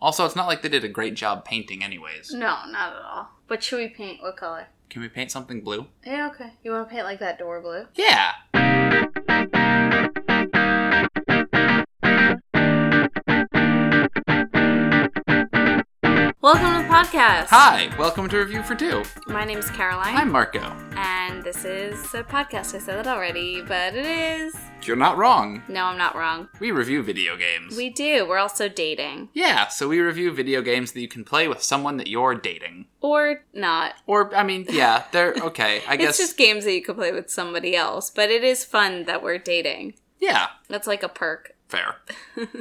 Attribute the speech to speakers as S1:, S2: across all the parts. S1: Also, it's not like they did a great job painting, anyways.
S2: No, not at all. But should we paint what color?
S1: Can we paint something blue?
S2: Yeah, okay. You want to paint like that door blue?
S1: Yeah.
S2: Welcome to the podcast.
S1: Hi, welcome to Review for Two.
S2: My name is Caroline,
S1: I'm Marco.
S2: and this is a podcast. I said that already, but it is.
S1: You're not wrong.
S2: No, I'm not wrong.
S1: We review video games.
S2: We do. We're also dating.
S1: yeah, so we review video games that you can play with someone that you're dating.
S2: Or not.
S1: Or, I mean, yeah, they're okay. I guess.
S2: It's just games that you could play with somebody else, but it is fun that we're dating.
S1: Yeah,
S2: That's like a perk.
S1: fair.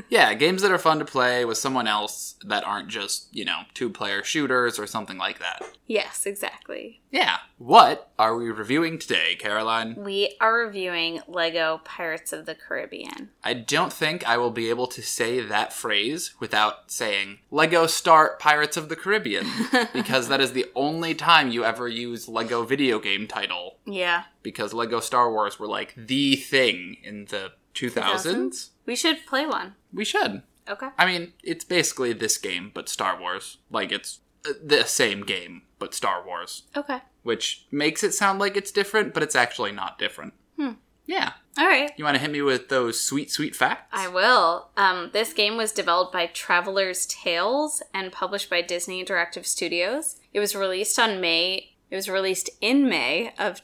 S1: yeah, games that are fun to play with someone else that aren't just, you know, two player shooters or something like that.
S2: Yes, exactly.
S1: Yeah. What are we reviewing today, Caroline?
S2: We are reviewing Lego Pirates of the Caribbean.
S1: I don't think I will be able to say that phrase without saying Lego Start Pirates of the Caribbean because that is the only time you ever use Lego video game title
S2: Yeah.
S1: because Lego Star Wars were like the thing in the 2000s.
S2: We should play one.
S1: We should.
S2: Okay.
S1: I mean, it's basically this game but Star Wars. Like it's uh, the same game but Star Wars,
S2: Okay.
S1: which makes it sound like it's different, but it's actually not different.
S2: Hmm.
S1: Yeah.
S2: All right.
S1: You want to hit me with those sweet sweet facts?
S2: I will. Um, this game was developed by Traveler's Tales and published by Disney Interactive Studios. It was released on May. It was released in May of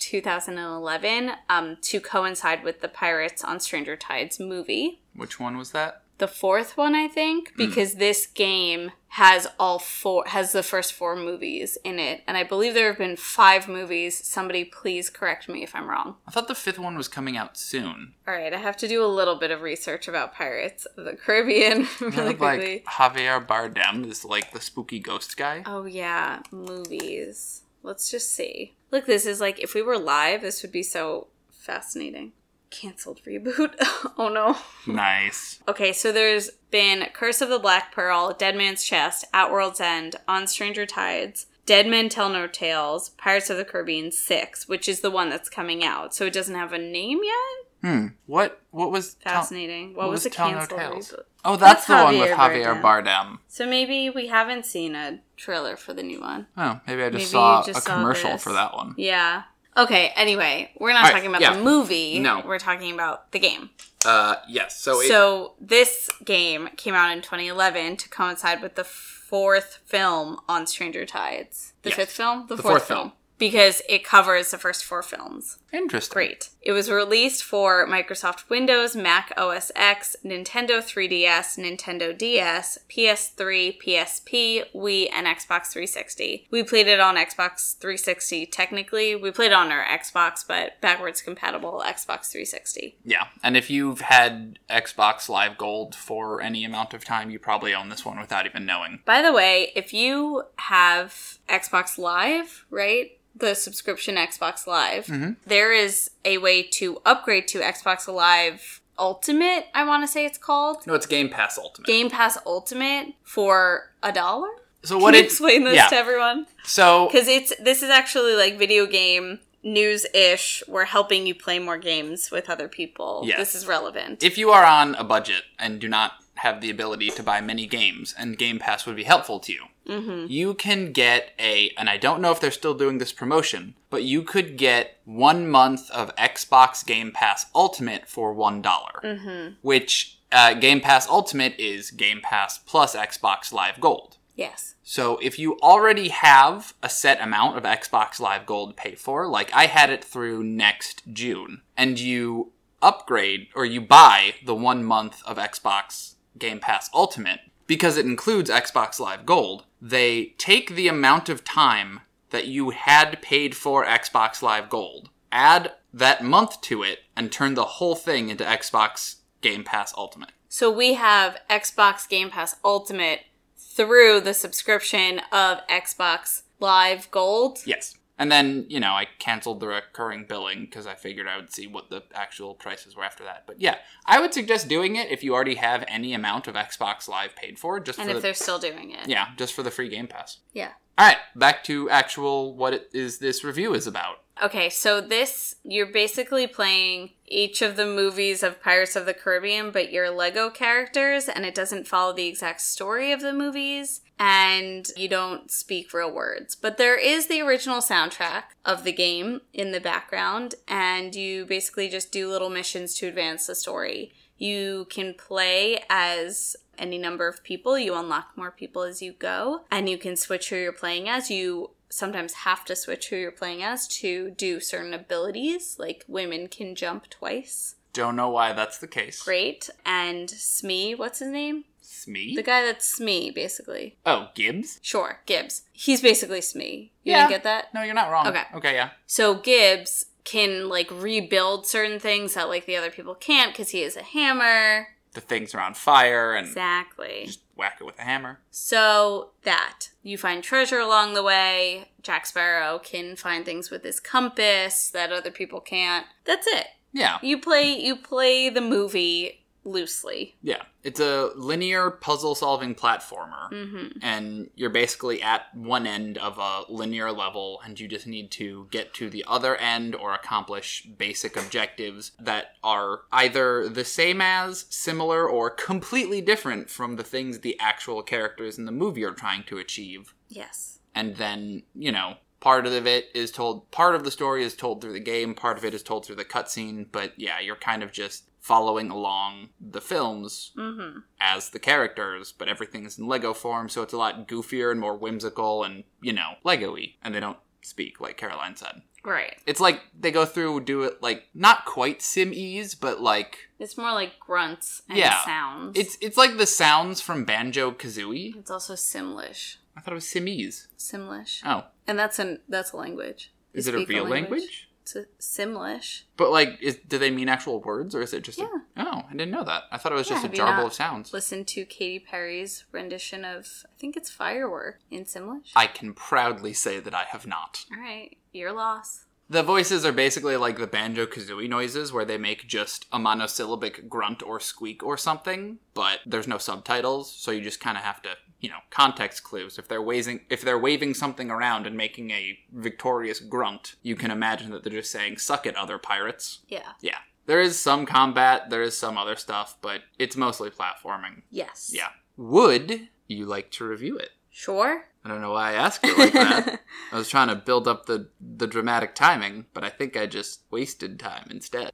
S2: 2011 um, to coincide with the Pirates on Stranger Tides movie.
S1: Which one was that?
S2: The fourth one, I think, because this game has all four has the first four movies in it, and I believe there have been five movies. Somebody, please correct me if I'm wrong.
S1: I thought the fifth one was coming out soon.
S2: All right, I have to do a little bit of research about Pirates of the Caribbean really
S1: Kind of
S2: quickly.
S1: like Javier Bardem is like the spooky ghost guy.
S2: Oh yeah, movies. Let's just see. Look, this is like if we were live, this would be so fascinating. Cancelled reboot. oh no.
S1: Nice.
S2: Okay, so there's been Curse of the Black Pearl, Dead Man's Chest, At World's End, On Stranger Tides, Dead Men Tell No Tales, Pirates of the Caribbean 6, which is the one that's coming out. So it doesn't have a name yet?
S1: Hmm. What? What was? Tell-
S2: Fascinating. what,
S1: what
S2: was
S1: was
S2: the
S1: Tell No
S2: cancelled
S1: Tales?
S2: reboot?
S1: oh, that's,
S2: That's
S1: the one with
S2: Javier
S1: Javier Bardem.
S2: So maybe we haven't seen a trailer for the new one.
S1: Oh, maybe I just
S2: Maybe
S1: saw
S2: you just
S1: a
S2: saw
S1: commercial
S2: this.
S1: for that one.
S2: Yeah. Okay, anyway, we're not
S1: All right,
S2: talking about
S1: yeah.
S2: the movie.
S1: No.
S2: We're talking about the game.
S1: Uh, yes. So, it,
S2: So, this game came out in 2011 to coincide with the fourth film on Stranger Tides. The
S1: Yes.
S2: fifth film?
S1: The fourth film.
S2: Because it covers the first four films.
S1: interesting.
S2: Great. It was released for Microsoft Windows, Mac OS X, Nintendo 3DS, Nintendo DS, PS3, PSP, Wii, and Xbox 360. We played it on Xbox 360 technically. We played it on our Xbox, but backwards compatible Xbox 360.
S1: Yeah. And if you've had Xbox Live Gold for any amount of time, you probably own this one without even knowing.
S2: By the way, if you have Xbox Live, right? The subscription Xbox Live,
S1: Mhm.
S2: there is a way to upgrade to Xbox Live Ultimate, I want to say it's called.
S1: No, it's Game Pass Ultimate.
S2: Game Pass Ultimate for a dollar?
S1: so
S2: Can
S1: what?
S2: you
S1: It,
S2: explain this
S1: yeah.
S2: to everyone?
S1: so
S2: Because it's this is actually like video game news ish. We're helping you play more games with other people.
S1: Yes.
S2: This is relevant.
S1: If you are on a budget and do not have the ability to buy many games, and Game Pass would be helpful to you,
S2: hmm
S1: you can get a, and I don't know if they're still doing this promotion, but you could get one month of Xbox Game Pass Ultimate for $1,
S2: hmm
S1: which uh, Game Pass Ultimate is Game Pass plus Xbox Live Gold.
S2: Yes.
S1: So if you already have a set amount of Xbox Live Gold paid for, like I had it through next June, and you upgrade or you buy the one month of Xbox Game Pass Ultimate because it includes Xbox Live Gold, they take the amount of time that you had paid for Xbox Live Gold, add that month to it, and turn the whole thing into Xbox Game Pass Ultimate.
S2: So we have Xbox Game Pass Ultimate through the subscription of Xbox Live Gold.
S1: Yes. And then, you know, I canceled the recurring billing because I figured I would see what the actual prices were after that. But yeah, I would suggest doing it if you already have any amount of Xbox Live paid for, just
S2: And
S1: for
S2: if
S1: the,
S2: they're still doing it.
S1: yeah, just for the free Game Pass.
S2: Yeah.
S1: All right, back to actual what it is this review is about.
S2: Okay, so this you're basically playing each of the movies of Pirates of the Caribbean, but you're Lego characters, and it doesn't follow the exact story of the movies, and you don't speak real words. But there is the original soundtrack of the game in the background, and you basically just do little missions to advance the story. You can play as any number of people. You unlock more people as you go, and you can switch who you're playing as. You sometimes have to switch who you're playing as to do certain abilities, like women can jump twice.
S1: Don't know why that's the case.
S2: Great. And Smee, what's his name?
S1: Smee?
S2: The guy that's Smee, basically.
S1: oh, Gibbs?
S2: Sure, Gibbs. He's basically Smee. You
S1: Yeah.
S2: didn't get that?
S1: No, you're not wrong.
S2: Okay.
S1: Okay, yeah.
S2: So Gibbs can like rebuild certain things that like the other people can't because he is a hammer.
S1: The things are on fire and
S2: Exactly.
S1: just whack it with a hammer.
S2: So that you find treasure along the way. Jack Sparrow can find things with his compass that other people can't. That's it.
S1: Yeah.
S2: You play you play the movie loosely.
S1: Yeah. It's a linear puzzle solving platformer.
S2: Mm-hmm.
S1: And you're basically at one end of a linear level, and you just need to get to the other end or accomplish basic objectives that are either the same as, similar, or completely different from the things the actual characters in the movie are trying to achieve.
S2: Yes.
S1: and then you know part of it is told part of the story is told through the game part of it is told through the cutscene but yeah you're kind of just following along the films
S2: Mhm.
S1: as the characters but everything's in lego form so it's a lot goofier and more whimsical and you know lego-y and they don't speak like caroline said
S2: Right.
S1: it's like they go through do it like not quite sim ease but like
S2: It's more like grunts and
S1: Yeah.
S2: sounds.
S1: it's it's like the sounds from banjo kazooie
S2: it's also Simlish.
S1: i thought it was sim ease
S2: Simlish.
S1: oh
S2: And that's an that's a language. You
S1: is it a
S2: speak
S1: real language?
S2: It's a Simlish.
S1: But like, is, do they mean actual words, or is it just?
S2: Yeah.
S1: A, oh, I didn't know that. I thought it was
S2: Yeah,
S1: just a
S2: have you
S1: jarble
S2: not
S1: of sounds.
S2: Listen to Katy Perry's rendition of I think it's Firework in Simlish.
S1: I can proudly say that I have not.
S2: All right, your loss.
S1: The voices are basically like the banjo kazooie noises, where they make just a monosyllabic grunt or squeak or something, but there's no subtitles, so you just kind of have to, you know, context clues. If they're waving, if they're waving something around and making a victorious grunt, you can imagine that they're just saying "suck it, other pirates."
S2: Yeah.
S1: Yeah, there is some combat, there is some other stuff, but it's mostly platforming.
S2: Yes.
S1: Yeah. Would you like to review it?
S2: Sure.
S1: I don't know why I asked it like that. I was trying to build up the, the dramatic timing, but I think I just wasted time instead.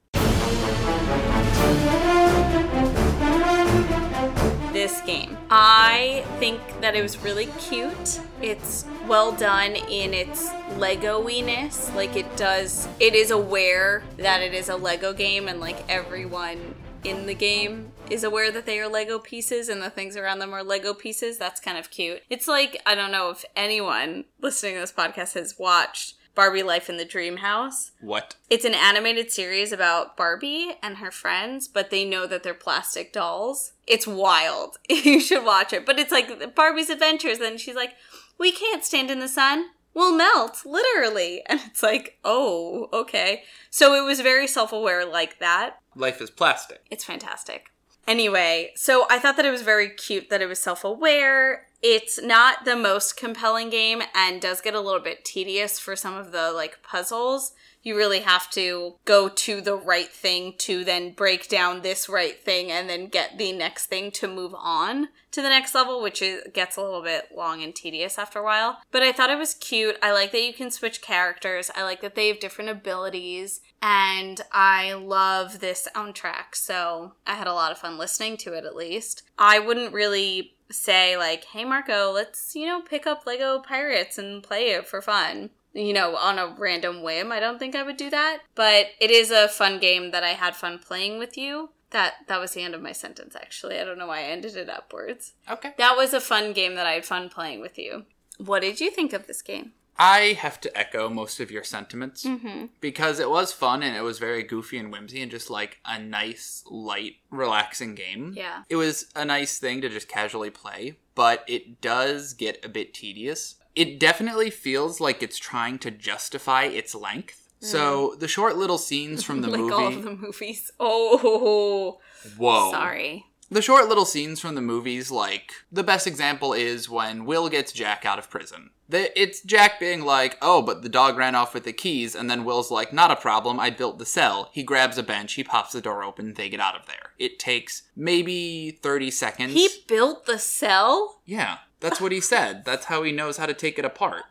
S2: this game. I think that it was really cute. It's well done in its Lego-iness. Like it does it is aware that it is a Lego game and like everyone in the game is aware that they are Lego pieces and the things around them are Lego pieces. That's kind of cute. It's like I don't know if anyone listening to this podcast has watched Barbie Life in the Dream House.
S1: What?
S2: It's an animated series about Barbie and her friends, but they know that they're plastic dolls. It's wild. you should watch it. But it's like Barbie's adventures, and she's like, We can't stand in the sun. We'll melt, literally. And it's like, Oh, okay. So it was very self aware like that.
S1: Life is plastic.
S2: It's fantastic. Anyway, so I thought that it was very cute that it was self aware. It's not the most compelling game and does get a little bit tedious for some of the like puzzles. You really have to go to the right thing to then break down this right thing and then get the next thing to move on to the next level, which is, gets a little bit long and tedious after a while. But I thought it was cute. I like that you can switch characters. I like that they have different abilities. And I love this soundtrack. So I had a lot of fun listening to it at least. I wouldn't really say, like, hey, Marco, let's, you know, pick up Lego Pirates and play it for fun. You know, on a random whim. I don't think I would do that. But it is a fun game that I had fun playing with you. That, that was the end of my sentence actually. I don't know why I ended it upwards.
S1: Okay.
S2: That was a fun game that I had fun playing with you. What did you think of this game?
S1: I have to echo most of your sentiments
S2: Mm-hmm.
S1: because it was fun and it was very goofy and whimsy and just like a nice, light, relaxing game.
S2: Yeah.
S1: It was a nice thing to just casually play, but it does get a bit tedious. It definitely feels like it's trying to justify its length. So
S2: Mm.
S1: the short little scenes from the
S2: like
S1: movie.
S2: all of the movies. Oh,
S1: Whoa!
S2: sorry.
S1: the short little scenes from the movies, like the best example is when Will gets Jack out of prison. The, it's Jack being like, "Oh, but the dog ran off with the keys," and then Will's like, "Not a problem. I built the cell." He grabs a bench, he pops the door open, they get out of there. It takes maybe thirty seconds.
S2: He built the cell?
S1: yeah, that's what he said. That's how he knows how to take it apart.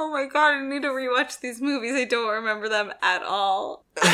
S2: Oh my god, I need to rewatch these movies. I don't remember them at all.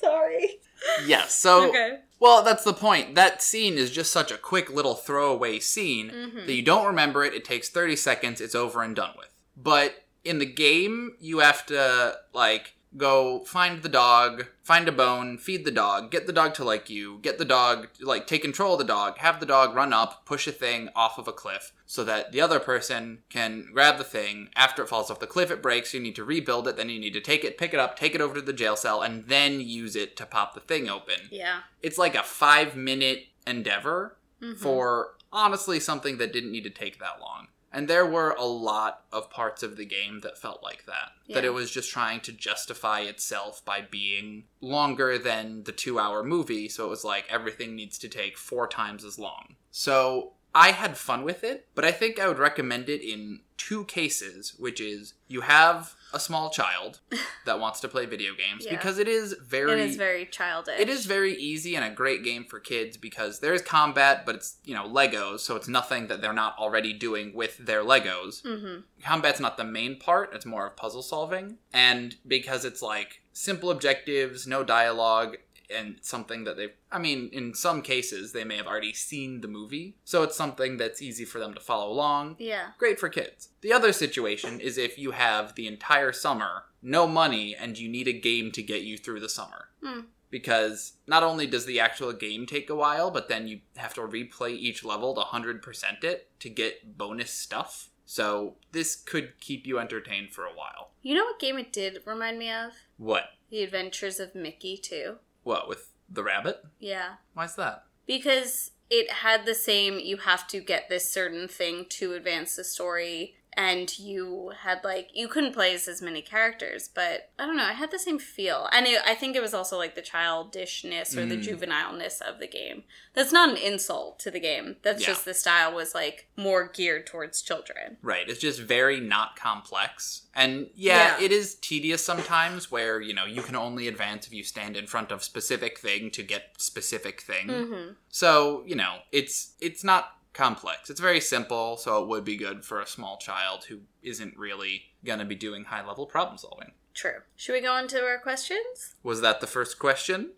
S2: Sorry.
S1: Yes. So
S2: Okay.
S1: Well, that's the point. That scene is just such a quick little throwaway scene
S2: Mm-hmm.
S1: that you don't remember it. It takes 30 seconds, it's over and done with. But in the game, you have to, like, go find the dog, find a bone, feed the dog, get the dog to like you, get the dog, like, take control of the dog, have the dog run up, push a thing off of a cliff so that the other person can grab the thing. After it falls off the cliff, it breaks. You need to rebuild it, then you need to take it, pick it up, take it over to the jail cell, and then use it to pop the thing open
S2: Yeah. Mm-hmm.
S1: it's like a five minute endeavor for honestly something that didn't need to take that long. And there were a lot of parts of the game that felt like that. That
S2: Yeah.
S1: it was just trying to justify itself by being longer than the two hour movie. So it was like everything needs to take four times as long. So I had fun with it, but I think I would recommend it in two cases, which is you have a small child that wants to play video games
S2: Yeah.
S1: because it is
S2: It
S1: very
S2: is very childish.
S1: it is very easy and a great game for kids because there is combat, but it's, you know, Legos, so it's nothing that they're not already doing with their Legos.
S2: Mm-hmm.
S1: Combat's not the main part, it's more of puzzle solving. And because it's like simple objectives, no dialogue, and something that they've, I mean, in some cases, they may have already seen the movie, so it's something that's easy for them to follow along
S2: Yeah.
S1: great for kids. The other situation is if you have the entire summer, no money, and you need a game to get you through the summer.
S2: Hmm.
S1: Because not only does the actual game take a while, but then you have to replay each level to 100% it to get bonus stuff. So this could keep you entertained for a while.
S2: You know what game it did remind me of?
S1: What?
S2: The Adventures of Mickey too.
S1: What, with the rabbit?
S2: Yeah.
S1: Why's that?
S2: Because it had the same you have to get this certain thing to advance the story and you had like you couldn't play as, as many characters, but I don't know, it had the same feel. And it, I think it was also like the childishness or the
S1: Mm.
S2: juvenileness of the game. That's not an insult to the game. That's
S1: Yeah.
S2: just the style was like more geared towards children.
S1: Right. It's just very not complex. And yeah,
S2: Yeah.
S1: it is tedious sometimes where, you know, you can only advance if you stand in front of specific thing to get specific thing.
S2: Mhm.
S1: So, you know, it's it's not complex. It's very simple, so it would be good for a small child who isn't really going to be doing high-level problem solving.
S2: True. Should we go on to our questions?
S1: Was that the first question?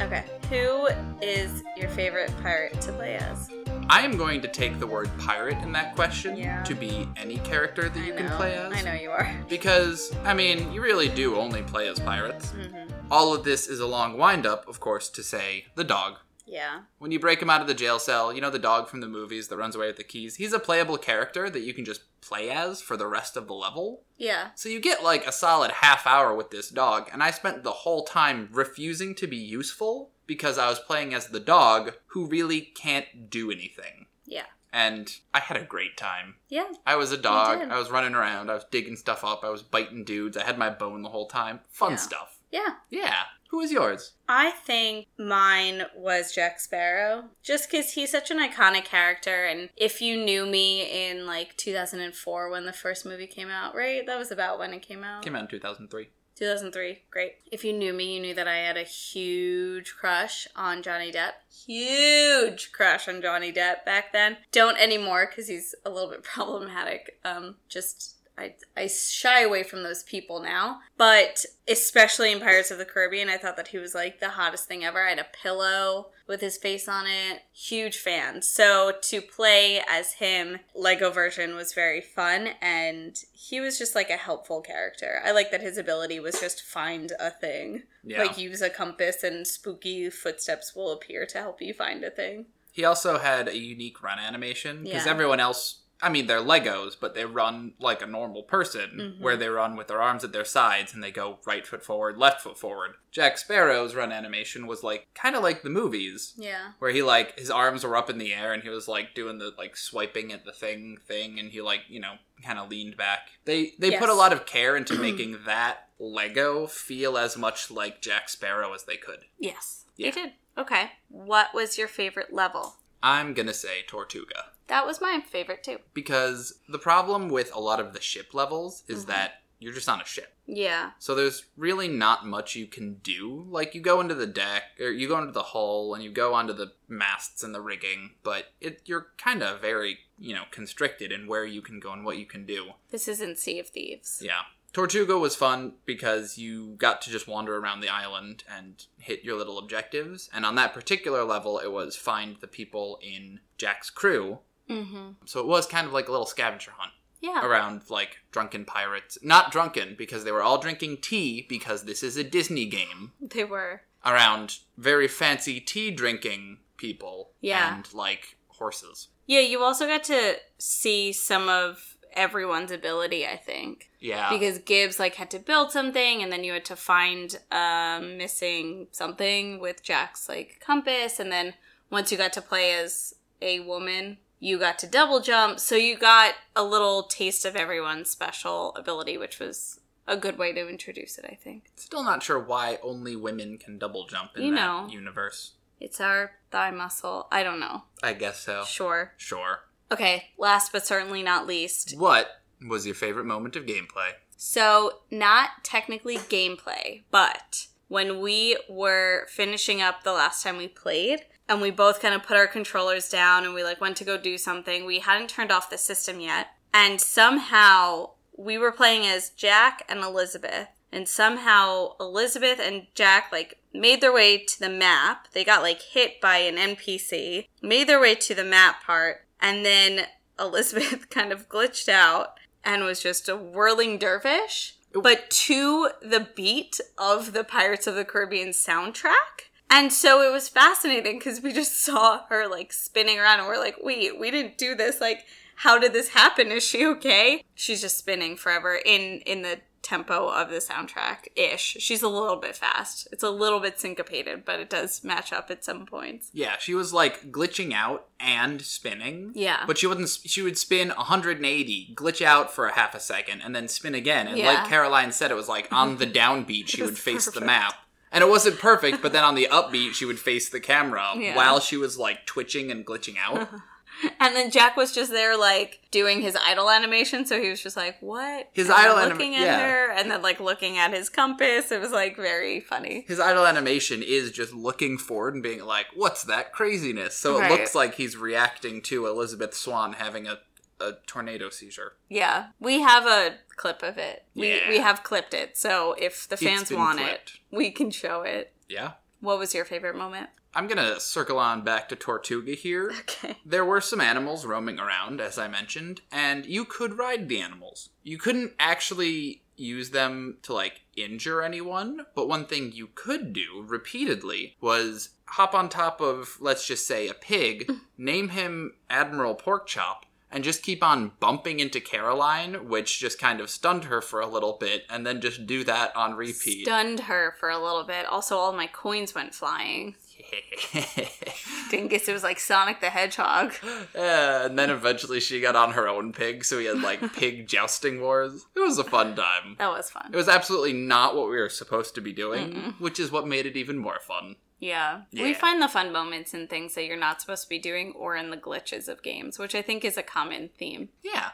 S2: Okay. Who is your favorite pirate to play as?
S1: I am going to take the word pirate in that question
S2: Yeah.
S1: to be any character that you
S2: I know.
S1: can play as.
S2: I know you are.
S1: Because, I mean, you really do only play as pirates.
S2: hmm
S1: All of this is a long wind up, of course, to say the dog.
S2: Yeah.
S1: When you break him out of the jail cell, you know the dog from the movies that runs away with the keys? He's a playable character that you can just play as for the rest of the level.
S2: Yeah.
S1: So you get like a solid half hour with this dog, and I spent the whole time refusing to be useful because I was playing as the dog who really can't do anything.
S2: Yeah.
S1: And I had a great time.
S2: Yeah.
S1: I was a dog,
S2: did.
S1: I was running around, I was digging stuff up, I was biting dudes, I had my bone the whole time. Fun
S2: Yeah.
S1: stuff.
S2: Yeah.
S1: Yeah. Who is yours?
S2: I think mine was Jack Sparrow. Just because he's such an iconic character. And if you knew me in like 2004 when the first movie came out, right? That was about when it came out.
S1: Came out in 2003.
S2: 2003. Great. If you knew me, you knew that I had a huge crush on Johnny Depp. Huge crush on Johnny Depp back then. Don't anymore because he's a little bit problematic. Um, just. I, I shy away from those people now, but especially in Pirates of the Caribbean, I thought that he was like the hottest thing ever. I had a pillow with his face on it. Huge fan. So to play as him, Lego version was very fun, and he was just like a helpful character. I like that his ability was just find a thing,
S1: Yeah.
S2: like use a compass, and spooky footsteps will appear to help you find a thing.
S1: He also had a unique run animation because
S2: Yeah.
S1: everyone else I mean, they're Legos, but they run like a normal person,
S2: Mhm.
S1: where they run with their arms at their sides and they go right foot forward, left foot forward. Jack Sparrow's run animation was like kind of like the movies,
S2: Yeah.
S1: where he like his arms were up in the air and he was like doing the like swiping at the thing thing and he like you know kind of leaned back they they put a
S2: Yes.
S1: lot of care into making that lego feel as much like jack sparrow as they could
S2: Yes.
S1: Yeah.
S2: You did. Okay. What was your favorite level?
S1: i'm gonna say tortuga
S2: That was my favorite too.
S1: because the problem with a lot of the ship levels is
S2: Mhm.
S1: that you're just on a ship
S2: Yeah.
S1: So there's really not much you can do. Like you go into the deck or you go into the hull and you go onto the masts and the rigging, but it you're kind of very, you know, constricted in where you can go and what you can do.
S2: This isn't Sea of Thieves.
S1: Yeah. Tortuga was fun because you got to just wander around the island and hit your little objectives. And on that particular level, it was find the people in Jack's crew.
S2: Mm-hmm.
S1: So it was kind of like a little scavenger hunt
S2: Yeah.
S1: around like drunken pirates. Not drunken because they were all drinking tea because this is a Disney game
S2: They were.
S1: around very fancy tea drinking people
S2: Yeah.
S1: and like horses.
S2: Yeah, you also got to see some of everyone's ability, I think.
S1: Yeah.
S2: Because Gibbs like had to build something and then you had to find um missing something with Jack's like compass and then once you got to play as a woman, you got to double jump. So you got a little taste of everyone's special ability, which was a good way to introduce it, I think.
S1: Still not sure why only women can double jump in
S2: You
S1: that
S2: know.
S1: universe.
S2: It's our thigh muscle. I don't know.
S1: I guess so.
S2: Sure.
S1: Sure.
S2: Okay, last but certainly not least,
S1: What was your favorite moment of gameplay?
S2: So, not technically gameplay, but when we were finishing up the last time we played and we both kind of put our controllers down and we like went to go do something, we hadn't turned off the system yet. And somehow we were playing as Jack and Elizabeth. And somehow Elizabeth and Jack like made their way to the map. They got like hit by an NPC, made their way to the map part, and then Elizabeth kind of glitched out and was just a whirling dervish, but to the beat of the Pirates of the Caribbean soundtrack. And so it was fascinating because we just saw her like spinning around and we're like, wait, we didn't do this. Like, how did this happen? Is she okay? She's just spinning forever in in the tempo of the soundtrack ish. She's a little bit fast. It's a little bit syncopated, but it does match up at some points.
S1: Yeah, she was like glitching out and spinning.
S2: Yeah.
S1: But she wouldn't. She would spin 180, glitch out for a half a second, and then spin again. And
S2: Yeah.
S1: like Caroline said, it was like on the downbeat she
S2: It
S1: would
S2: was
S1: face the
S2: perfect.
S1: map, and it wasn't perfect. But then on the upbeat she would face the camera
S2: Yeah.
S1: while she was like twitching and glitching out.
S2: And then Jack was just there, like doing his idle animation. So he was just like, "What?"
S1: His
S2: And then
S1: idle anima-
S2: looking
S1: yeah.
S2: at her, and then like looking at his compass. It was like very funny.
S1: His idle animation is just looking forward and being like, "What's that craziness?" So it
S2: Right.
S1: looks like he's reacting to Elizabeth Swan having a, a tornado seizure.
S2: Yeah, we have a clip of it. We
S1: Yeah.
S2: we have clipped it. So if the
S1: It's
S2: fans
S1: been
S2: want
S1: clipped.
S2: it, we can show it.
S1: Yeah,
S2: What was your favorite moment?
S1: I'm gonna circle on back to Tortuga here.
S2: Okay.
S1: There were some animals roaming around, as I mentioned, and you could ride the animals. You couldn't actually use them to, like, injure anyone, but one thing you could do repeatedly was hop on top of, let's just say, a pig, name him Admiral Porkchop, and just keep on bumping into Caroline, which just kind of stunned her for a little bit, and then just do that on repeat.
S2: Stunned her for a little bit. Also, all my coins went flying. Dingus, it was like Sonic the Hedgehog.
S1: Uh, and then eventually she got on her own pig, so we had like pig jousting wars. It was a fun time.
S2: That was fun.
S1: It was absolutely not what we were supposed to be doing,
S2: Mm-mm.
S1: which is what made it even more fun.
S2: Yeah.
S1: Yeah.
S2: We find the fun moments in things that you're not supposed to be doing or in the glitches of games, which I think is a common theme.
S1: Yeah.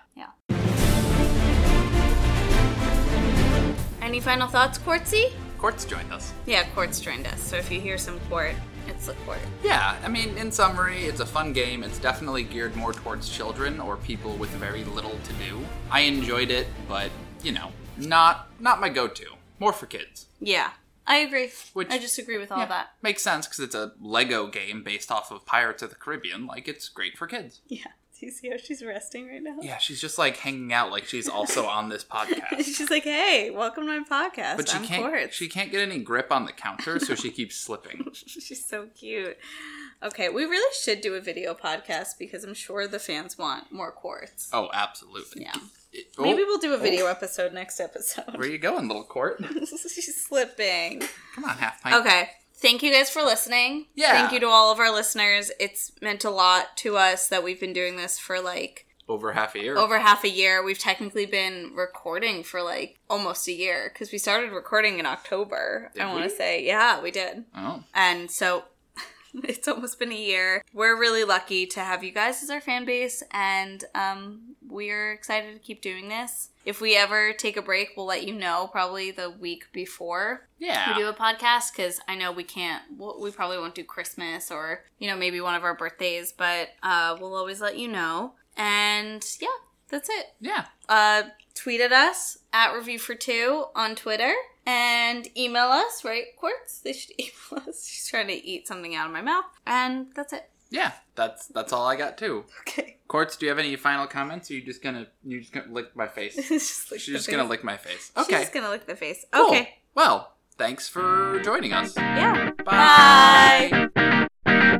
S2: Any final thoughts, Quartzy?
S1: Quartz joined us.
S2: Yeah, Quartz joined us. So if you hear some Quart, it's the Quart.
S1: Yeah, I mean, in summary, it's a fun game. It's definitely geared more towards children or people with very little to do. I enjoyed it, but you know, not not my go-to. More for kids.
S2: Yeah. I agree.
S1: Which-
S2: I just agree with all
S1: Yeah,
S2: that.
S1: makes sense because it's a Lego game based off of Pirates of the Caribbean. Like, it's great for kids.
S2: Yeah. Do you see how she's resting right now?
S1: Yeah, she's just like hanging out like she's also on this podcast.
S2: she's like, "Hey, welcome to my podcast.
S1: But she
S2: I'm
S1: can't
S2: Quartz."
S1: she can't get any grip on the counter, so she keeps slipping.
S2: she's so cute. Okay, we really should do a video podcast because I'm sure the fans want more Quartz.
S1: Oh, absolutely.
S2: Yeah.
S1: It-
S2: Maybe
S1: oh,
S2: we'll do a video episode next episode.
S1: where you going, little court?
S2: she's slipping.
S1: Come on, half pint.
S2: Okay. Thank you guys for listening.
S1: Yeah.
S2: Thank you to all of our listeners. It's meant a lot to us that we've been doing this for like
S1: Over half a year.
S2: over half a year. We've technically been recording for like almost a year because we started recording in October.
S1: Did
S2: I want
S1: we?
S2: to say, yeah, we did.
S1: Oh.
S2: And so it's almost been a year. We're really lucky to have you guys as our fan base, and um, we're excited to keep doing this. If we ever take a break, we'll let you know probably the week before
S1: Yeah.
S2: we do a podcast because I know we can't, we'll- we probably won't do Christmas or, you know, maybe one of our birthdays, but uh, we'll always let you know. And yeah, that's it
S1: Yeah.
S2: uh, tweet at us at review for two on Twitter and email us, right? Quartz, they should email us. She's trying to eat something out of my mouth, and that's it.
S1: Yeah. That's that's all I got too.
S2: Okay,
S1: Courts, do you have any final comments? Or are you just gonna you just gonna lick my face?
S2: It's just like
S1: She's
S2: the
S1: just
S2: face.
S1: gonna lick my face.
S2: She's
S1: Okay.
S2: just gonna lick the face.
S1: Cool.
S2: Okay,
S1: Well, thanks for joining us.
S2: yeah.
S1: Bye.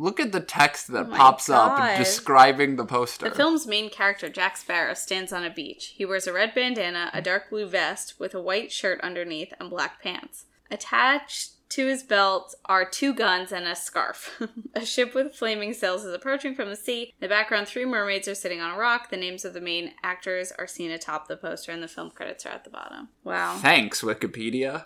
S1: Look at the text that
S2: Oh my
S1: pops
S2: God.
S1: up describing the poster.
S2: The film's main character, Jack Sparrow, stands on a beach. He wears a red bandana, a dark blue vest with a white shirt underneath, and black pants. Attached to his belt are two guns and a scarf. a ship with flaming sails is approaching from the sea. In the background, three mermaids are sitting on a rock. The names of the main actors are seen atop the poster, and the film credits are at the bottom. Wow.
S1: Thanks, Wikipedia.